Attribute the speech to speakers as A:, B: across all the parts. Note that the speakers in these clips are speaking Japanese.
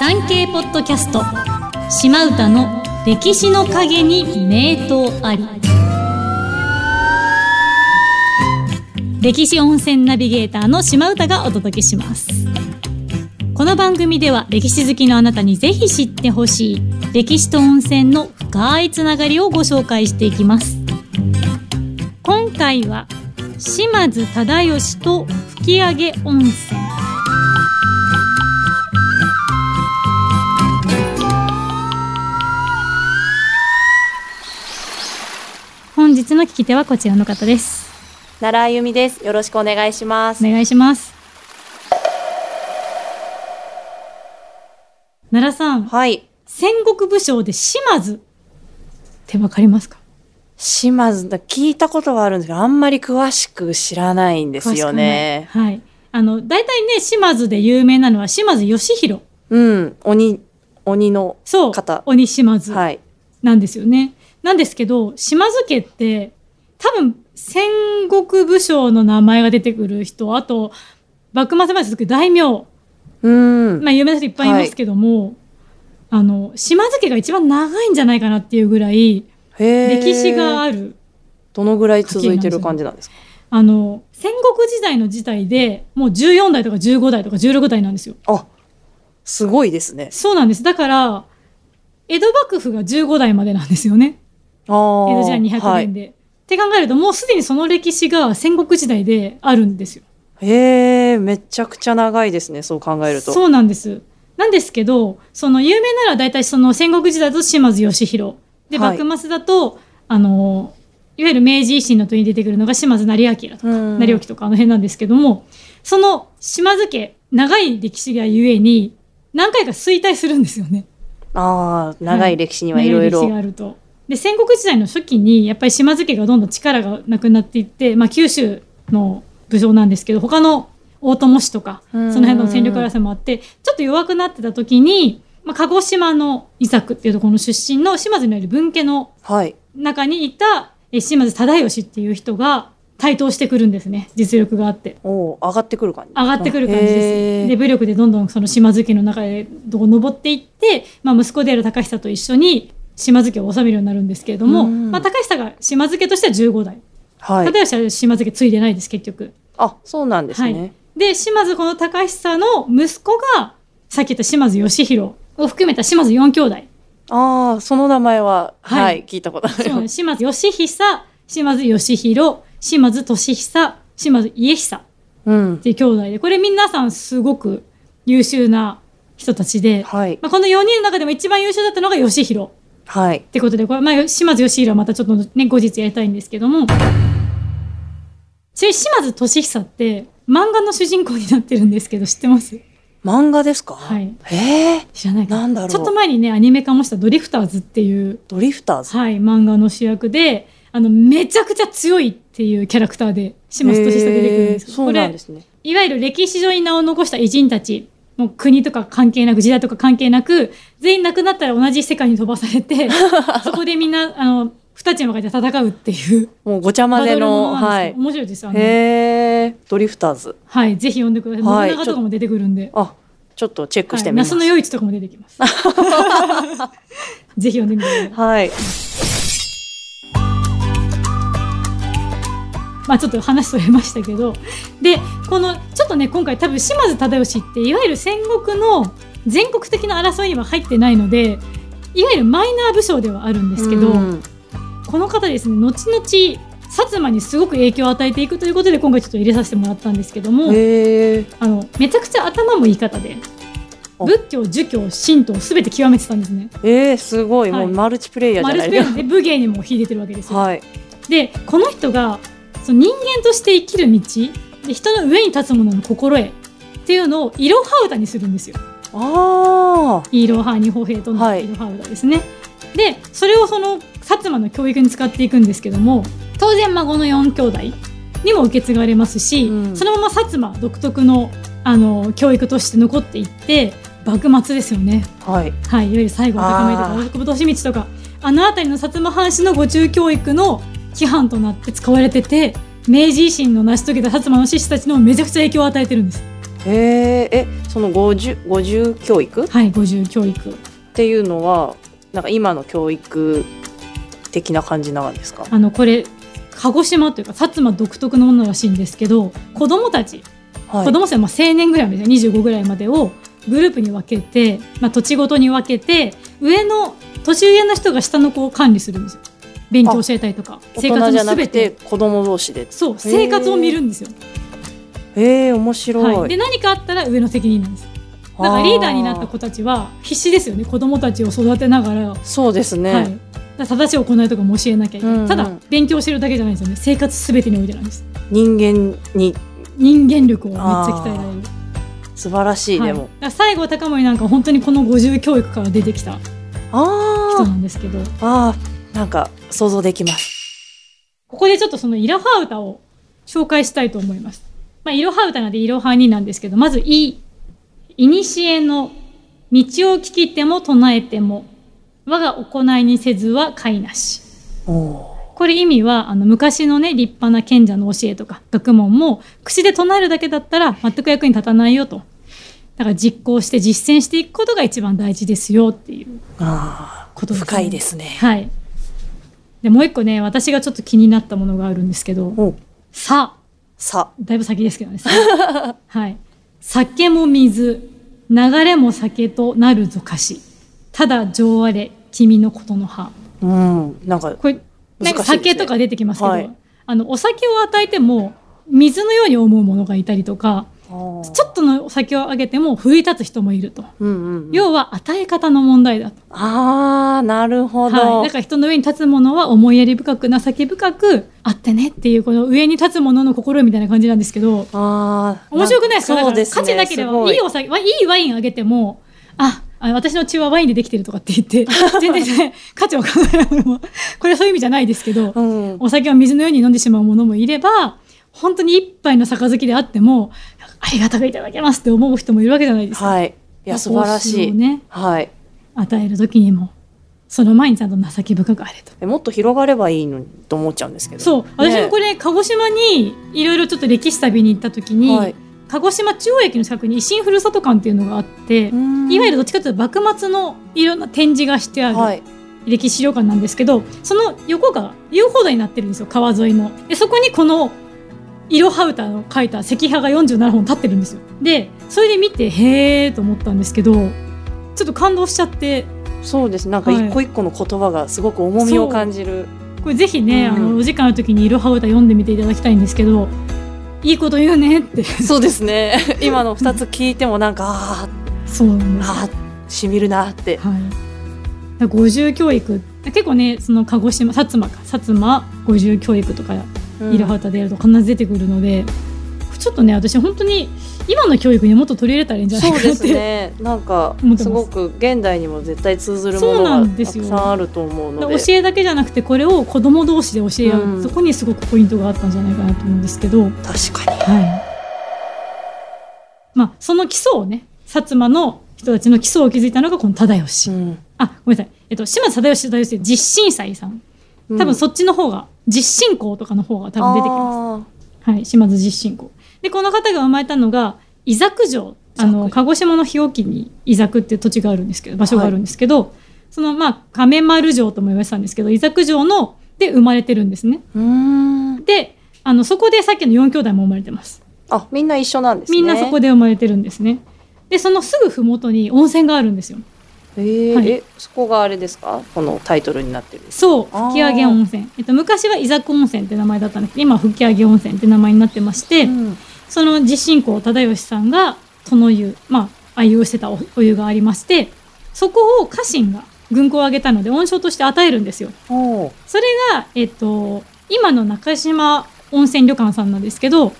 A: 産経ポッドキャスト島唄の歴史の陰に名刀あり歴史温泉ナビゲーターの島唄がお届けしますこの番組では歴史好きのあなたにぜひ知ってほしい歴史と温泉の深いつながりをご紹介していきます今回は島津忠義と吹上温泉本日の聞き手はこちらの方です
B: 奈良あゆみです。よろしくお願いします。
A: お願いします奈良さん
B: はい。
A: 戦国武将で島津ってわかりますか
B: 島津だ、聞いたことはあるんですけど、あんまり詳しく知らないんですよね
A: 詳し。くないはい。あの、大体ね、島津で有名なのは島津義弘。
B: うん。鬼、鬼の。
A: そう。
B: 方
A: 鬼島津
B: はい。
A: なんですよね。なんですけど、島津家って、多分、戦国武将の名前が出てくる人、あと、幕末まで続く大名、
B: うん。
A: まあ有名な人いっぱいいますけども、あの、島津家が一番長いんじゃないかなっていうぐらい、
B: へー
A: 歴史が。ある。
B: どのぐらい続いてる感じなんですか
A: あの、戦国時代の時代で、もう14代とか15代とか16代なんですよ。
B: あ、すごいですね。
A: そうなんです。だから、江戸幕府が15代までなんですよね。
B: ああ。
A: 江戸時代200年で。って考えると、もうすでにその歴史が戦国時代であるんですよ。
B: はい。へえ、めちゃくちゃ長いですね。そう考えると。
A: そうなんです。なんですけど、その有名なら大体その戦国時代だと島津義弘。で、
B: はい
A: 幕末だと、あの、いわゆる明治維新の時に出てくるのが島津成明とか、
B: うん
A: 成興とかあの辺なんですけども、その島津家、長い歴史がゆえに、何回か衰退するんですよね。
B: ああ、長い歴史にはいろ
A: 長
B: い
A: 歴史が
B: ろ。
A: あると。で戦国時代の初期にやっぱり島津家がどんどん力がなくなっていって、まあ、九州の武将なんですけど他の大友氏とかそ
B: うん
A: の辺の戦力争いもあってちょっと弱くなってた時に、まあ、鹿児島の伊作っていうところの出身の島津による文家の
B: はい。
A: 中にいたえ島津忠義っていう人が台頭してくるんですね実力があって。
B: おお、上がってくる感じ。
A: 上がってくる感じ
B: へ
A: で
B: ー
A: す。で、武力でどんどんその島津家の中へどう登っていって、まあ息子である高久と一緒に島津家を治めるようになるんですけれども、
B: うん
A: まあ高久が島津家としては15代。
B: はい。
A: 立吉は島津家継いでないです、結局。
B: あ、そうなんですね。
A: で、島津この高久の息子が、さっき言った島津義弘を含めた島津4兄弟。
B: ああ、その名前は、
A: はい
B: はい、聞いたことあ
A: そうなん
B: る。
A: です島津義久、島津義弘、島津利久、島津家久
B: うん
A: っ。ていう兄弟で、これ皆さんすごく優秀な人たちで、
B: はい。
A: まあ、この4人の中でも一番優秀だったのが義弘っ
B: はい。
A: てことで、これ、まあ、島津義弘はまたちょっとね、後日やりたいんですけども、ちなみに島津俊久って漫画の主人公になってるんですけど、知ってます
B: 漫画ですか
A: はい。
B: ええ
A: 知らないか
B: なんだろう
A: ちょっと前にね、アニメ化もしたドリフターズっていう、
B: ドリフターズ。
A: はい、漫画の主役で、あの、めちゃくちゃ強いっていうキャラクターで、島津俊久出てくるんですけ
B: へ
A: ど、
B: ーそ
A: こ
B: うなん
A: れ
B: で、すね。
A: いわゆる歴史上に名を残した偉人たち、もう国とか関係なく、時代とか関係なく、全員亡くなったら同じ世界に飛ばされ て、そこでみんな、あの、二チームが戦うって いう、
B: もうごちゃ混ぜの、は
A: なんですよ
B: い。
A: 面白いですよ
B: へ
A: ね。
B: え、ドリフターズ。
A: はい、ぜひ読んでください。
B: はい
A: 信長とかも出てくるんで。
B: あ、ちょっとチェック
A: は
B: して
A: い、
B: みます。
A: 那須
B: は
A: の
B: い。
A: 与一とかも出てき ます。 ぜひ読んでみてください。まあちょっと話それましたけどでこのちょっとね今回多分島津忠義っていわゆる戦国の全国的な争いには入ってないのでいわゆるマイナー武将ではあるんですけど、
B: うん
A: この方ですね後々薩摩にすごく影響を与えていくということで今回ちょっと入れさせてもらったんですけども、
B: へえ、
A: あのめちゃくちゃ頭もいい方で
B: あ
A: 仏教儒教神道すべて極めてたんですね。
B: えー、すごい。
A: はい
B: もうマルチプレイヤーじ
A: マ
B: ゃ
A: ル
B: な
A: チ
B: い
A: プレ
B: で
A: イで武芸にも秀でてるわけです
B: す
A: よ。
B: か。はい。
A: でこの人がその人間として生きる道で人の上に立つ者の心得っていうのをイロハウダにするんですよ。
B: ああ、
A: イロハニホヘイとの
B: はい
A: イロハウダですね。でそれをその薩摩の教育に使っていくんですけども当然孫の4兄弟にも受け継がれますし、
B: うん
A: そのまま薩摩独特のあの教育として残っていって幕末ですよね。
B: はい。
A: はい、いわゆる西郷隆盛とか
B: あー
A: 大久保利通とかあの辺りの薩摩藩士のご中教育の規範となって使われてて明治維新の成し遂げた薩摩の志士たちのめちゃくちゃ影響を与えてるんです。
B: へええその50 50教育っ
A: はい50教育
B: ていうのはなんか今の教育的な感じなんですか
A: あのこれ鹿児島というか薩摩独特のものらしいんですけど子どもたち
B: はい
A: 子供生、まあ、青年ぐらいまで25ぐらいまでをグループに分けて、まあ、土地ごとに分けて上の年上の人が下の子を管理するんですよ勉強教えたりとか
B: 大
A: 生活
B: 人じゃ
A: の
B: な
A: すべ
B: く
A: て
B: て子供同士で
A: そう生活を見るんですよ、
B: へえ面白い、
A: はい、で何かあったら上の責任なんですだからリーダーになった子たちは必死ですよね子供たちを育てながら,、
B: あーそうですね、
A: はい、だから正しい行いとかも教えなきゃいけない、
B: うんうん
A: ただ勉強してるだけじゃないんですよね生活すべてにおいてなんです
B: 人間に
A: 人間力をめっちゃ鍛えられる
B: 素晴らしい、
A: はい
B: で
A: だか
B: も
A: ら西郷隆盛なんか本当にこの50教育から出てきた人
B: あ
A: なんですけど
B: ーあーなんか想像できます
A: ここでちょっとそのイロハ歌を紹介したいと思います。まあ、イロハ歌なんでイロハになんですけど、まずイ、いにしえの道を聞きても唱えても、我が行いにせずは解なし。
B: お
A: これ意味は、あの、昔のね、立派な賢者の教えとか、学問も、口で唱えるだけだったら全く役に立たないよと。だから実行して実践していくことが一番大事ですよっていう
B: あ
A: こと
B: ー
A: ですね
B: 深いですね
A: はい。で、もう一個ね、私がちょっと気になったものがあるんですけど、
B: お
A: さあ、
B: さ
A: だいぶ先ですけどね。 はい。酒も水、流れも酒となるぞかし。ただ情あれ、君のことの葉。
B: うんなんか
A: これ、なんか
B: 難しいですね
A: 酒とか出てきますけど、
B: はい
A: あの、お酒を与えても、水のように思うものがいたりとか、
B: ちょ
A: ちょっとのお酒をあげても奮い立つ人もいると。
B: うんうんうん、
A: 要は与え方の問題だと。
B: ああなるほど、
A: はい。だから人の上に立つものは思いやり深く、情け深くあってねっていう、この上に立つものの心みたいな感じなんですけど、
B: ああ
A: 面白くないですか
B: そうです、ね、
A: だから価値なけれ
B: す
A: ば
B: ご
A: いいお酒わいいワインあげてもああ私の血はワインでできてるとかって言って 全然、ね、価値を考えないのもこれはそういう意味じゃないですけど、
B: うん、
A: お酒を水のように飲んでしまうものもいれば本当に一杯の杯であってもありがたくいただけますって思う人もいるわけじゃないですか。
B: はいいや素晴らし
A: 報酬
B: い、
A: をね、
B: はい
A: 与える時にもその前にちゃんと情け深くあれと。
B: えもっと広がればいいのにと思っちゃうんですけど
A: そう私もこ
B: れ
A: れ、鹿児島にいろいろちょっと歴史旅に行った時に、
B: はい、
A: 鹿児島中央駅の近くに維新ふるさと館っていうのがあって、いわゆるどっちかというと幕末のいろんな展示がしてあ
B: るは
A: る
B: い
A: 歴史資料館なんですけど、その横が遊歩道になってるんですよ川沿いの。でそこにこのイロハウタの書いた石碑が47本立ってるんですよ。でそれで見てへーと思ったんですけどちょっと感動しちゃって
B: そうですなんか
A: はい
B: 一個一個の言葉がすごく重みを感じる、
A: これぜひね、
B: うん
A: あのお時間の時にイロハウタ読んでみていただきたいんですけどいいこと言うねって。
B: そうですね 今の二つ聞いてもなんかあ ー
A: そうなんです
B: あーしみるなーって
A: はい。だから五重教育結構ねその鹿児島薩摩か薩摩五重教育とか
B: うん
A: イロハウタでやると必ず出てくるので、ちょっとね私本当に今の教育にもっと取り入れたらいいんじゃない
B: そ
A: か
B: う
A: な
B: で
A: っ
B: す
A: て、
B: ねなん
A: 思っ
B: か
A: てます
B: すごく現代にも絶対通ずるも
A: そう
B: の
A: な
B: が
A: んで
B: た
A: す
B: く
A: よ
B: さんあると思うので
A: 教えだけじゃなくてこれを子供同士で教え合う、
B: うん
A: そこにすごくポイントがあったんじゃないかなと思うんですけど、はい、
B: 確かに
A: まあその基礎をね薩摩の人たちの基礎を築いたのがこの忠義、
B: うん
A: あごめんなさい、えっと、島津忠義忠義って実神祭さん多分そっちの方が実信仰とかの方が多分出てきます。はい、島津実信仰。でこの方が生まれたのが伊作城あ
B: 伊
A: の
B: 作
A: 鹿児島の日置に伊作っていう土地があるんですけど場所があるんですけど、そのまあ亀丸城とも言われてたんですけど伊作城ので生まれてるんですね。
B: すうん
A: であのそこでさっきの4兄弟も生まれてます。
B: あみんな一緒なんですね
A: みんなそこで
B: で
A: 生まれてるんですね。でそのすぐ麓に温泉があるんですよ。
B: えー
A: はい
B: えそこがあれですかこのタイトルになってる
A: そう
B: あー
A: 吹上温泉、えっと、昔は伊作温泉って名前だったんですけど今は吹上温泉って名前になってまして、
B: うん
A: その実信公忠義さんがその湯、まあ、愛用してたおお湯がありましてそこを家臣が軍功を挙げたので恩賞として与えるんですよ。
B: おー
A: それが、えっと、今の中島温泉旅館さんなんですけど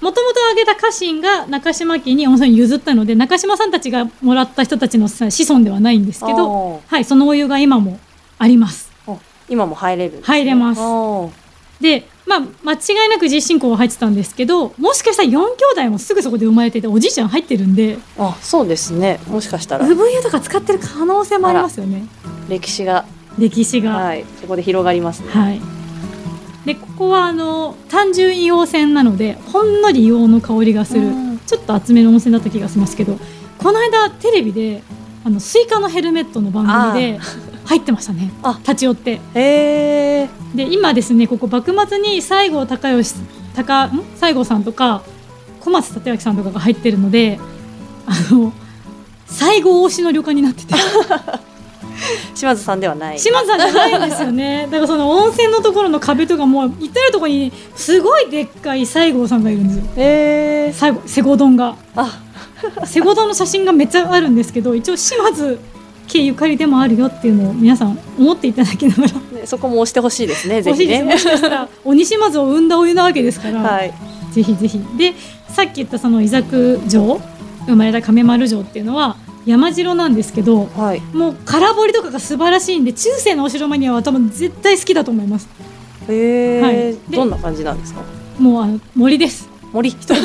A: もともと挙げた家臣が中島家に温泉を譲ったので中島さんたちがもらった人たちのさ子孫ではないんですけど、
B: あー
A: はい、そのお湯が今もあります。
B: 今も入れるんですね
A: 入れます
B: おー
A: で、まあ、間違いなく実信校は入ってたんですけどもしかしたら4兄弟もすぐそこで生まれてておじいちゃん入ってるんで
B: あそうですねもしかしたら
A: 産湯とか使ってる可能性もありますよね
B: 歴史が
A: 歴史がはい、
B: はいそこで広がりますね
A: でここはあの単純硫黄泉なのでほんのり硫黄の香りがする
B: うん
A: ちょっと厚めの温泉だった気がしますけどこの間テレビであのスイカのヘルメットの番組で入ってましたね
B: あ
A: 立ち寄って
B: へえ
A: で今ですねここ幕末に西郷隆義高ん西郷さんとか小松立明さんとかが入ってるのであの西郷推しの旅館になってて
B: 島津さんではない
A: 島津さんじゃないんですよ ねだからその温泉のところの壁とかも至るところにすごいでっかい西郷さんがいるんですよ
B: へえ
A: 西郷瀬古丼が
B: あ
A: 瀬古丼の写真がめっちゃあるんですけど一応島津家ゆかりでもあるよっていうのを皆さん思っていただきながら
B: ねそこも押してほしいです ねぜ
A: 欲し
B: ひ
A: いです
B: ね
A: もしかしたら鬼島津を生んだお湯なわけですから、
B: はい
A: ぜひぜひでさっき言ったその伊作城生まれた亀丸城っていうのは山城なんですけど
B: はい
A: もう空堀とかが素晴らしいんで中世のお城マニアは多分絶対好きだと思います
B: へえ、
A: はいで
B: どんな感じなんですか
A: もうあの森 です
B: 森
A: 一人で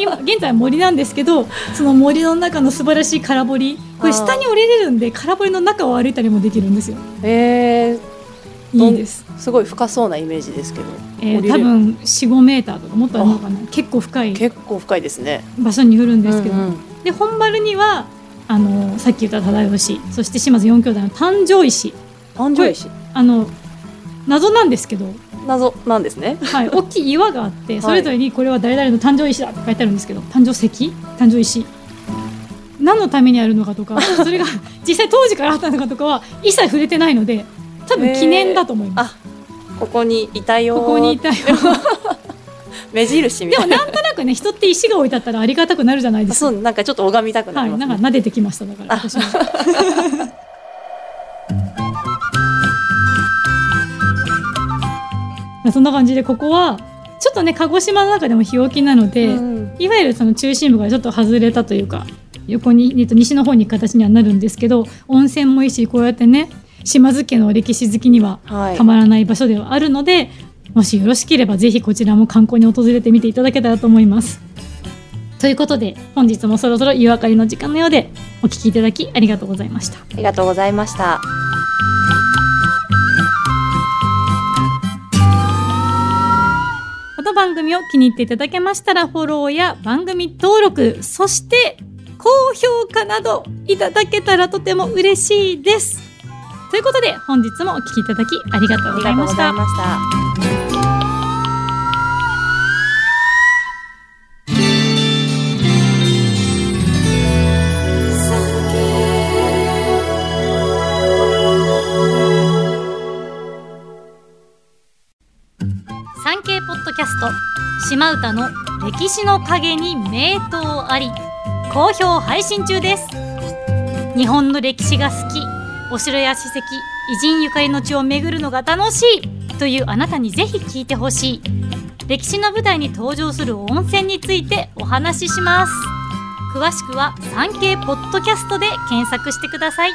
A: 今現在は森なんですけどその森の中の素晴らしい空堀これ
B: あー
A: 下に降りれるんで空堀の中を歩いたりもできるんですよ
B: へえ
A: いいです、
B: すごい深そうなイメージですけど
A: え
B: 降り
A: ー、
B: れ
A: 多
B: る
A: 分45メーターとかもっとあるのかな結構深い
B: 結構深いですね
A: 場所に降るんですけど、
B: うんうん
A: で本丸にはあのさっき言った忠義そして島津四兄弟の誕生石
B: 誕生石
A: あの謎なんですけど、
B: 謎なんですね
A: はい、大きい岩があって
B: い
A: それぞれにこれは誰々の誕生石だって書いてあるんですけど誕生石誕生石何のためにあるのかと かそれが実際当時からあったのかとかは一切触れてないので多分記念だと思います、
B: あここにいたよー
A: ここにいたよ
B: 目印み
A: で
B: た
A: も
B: いな
A: なん となくね人って石が置いてあったらありがたくなるじゃないですか
B: そうなんかちょっと拝みたくな
A: は
B: りま
A: い、
B: す、
A: な
B: ね
A: んか撫でてきましただから
B: あ
A: 私も。 まあそんな感じでここはちょっとね鹿児島の中でも日置きなので、
B: うん
A: いわゆるその中心部がちょっと外れたというか横に、えっと、西の方に行く形にはなるんですけど温泉もいいしこうやってね島津家の歴史好きには
B: はい
A: たまらない場所ではあるので、もしよろしければぜひこちらも観光に訪れてみていただけたらと思います。ということで本日もそろそろ湯あかりの時間のようでお聞きいただきありがとうございました。
B: ありがとうございました
A: この番組を気に入っていただけましたらフォローや番組登録そして高評価などいただけたらとても嬉しいです。ということで本日もお聞きいただきありがとう
B: あ
A: ご
B: り
A: ざい
B: がと
A: ま
B: うご
A: し
B: ざい
A: た。
B: ました
A: 産経ポッドキャスト島唄の歴史の陰に名刀あり好評配信中です日本の歴史が好きお城や史跡偉人ゆかりの地を巡るのが楽しいというあなたにぜひ聞いてほしい歴史の舞台に登場する温泉についてお話しします詳しくは産経ポッドキャストで検索してください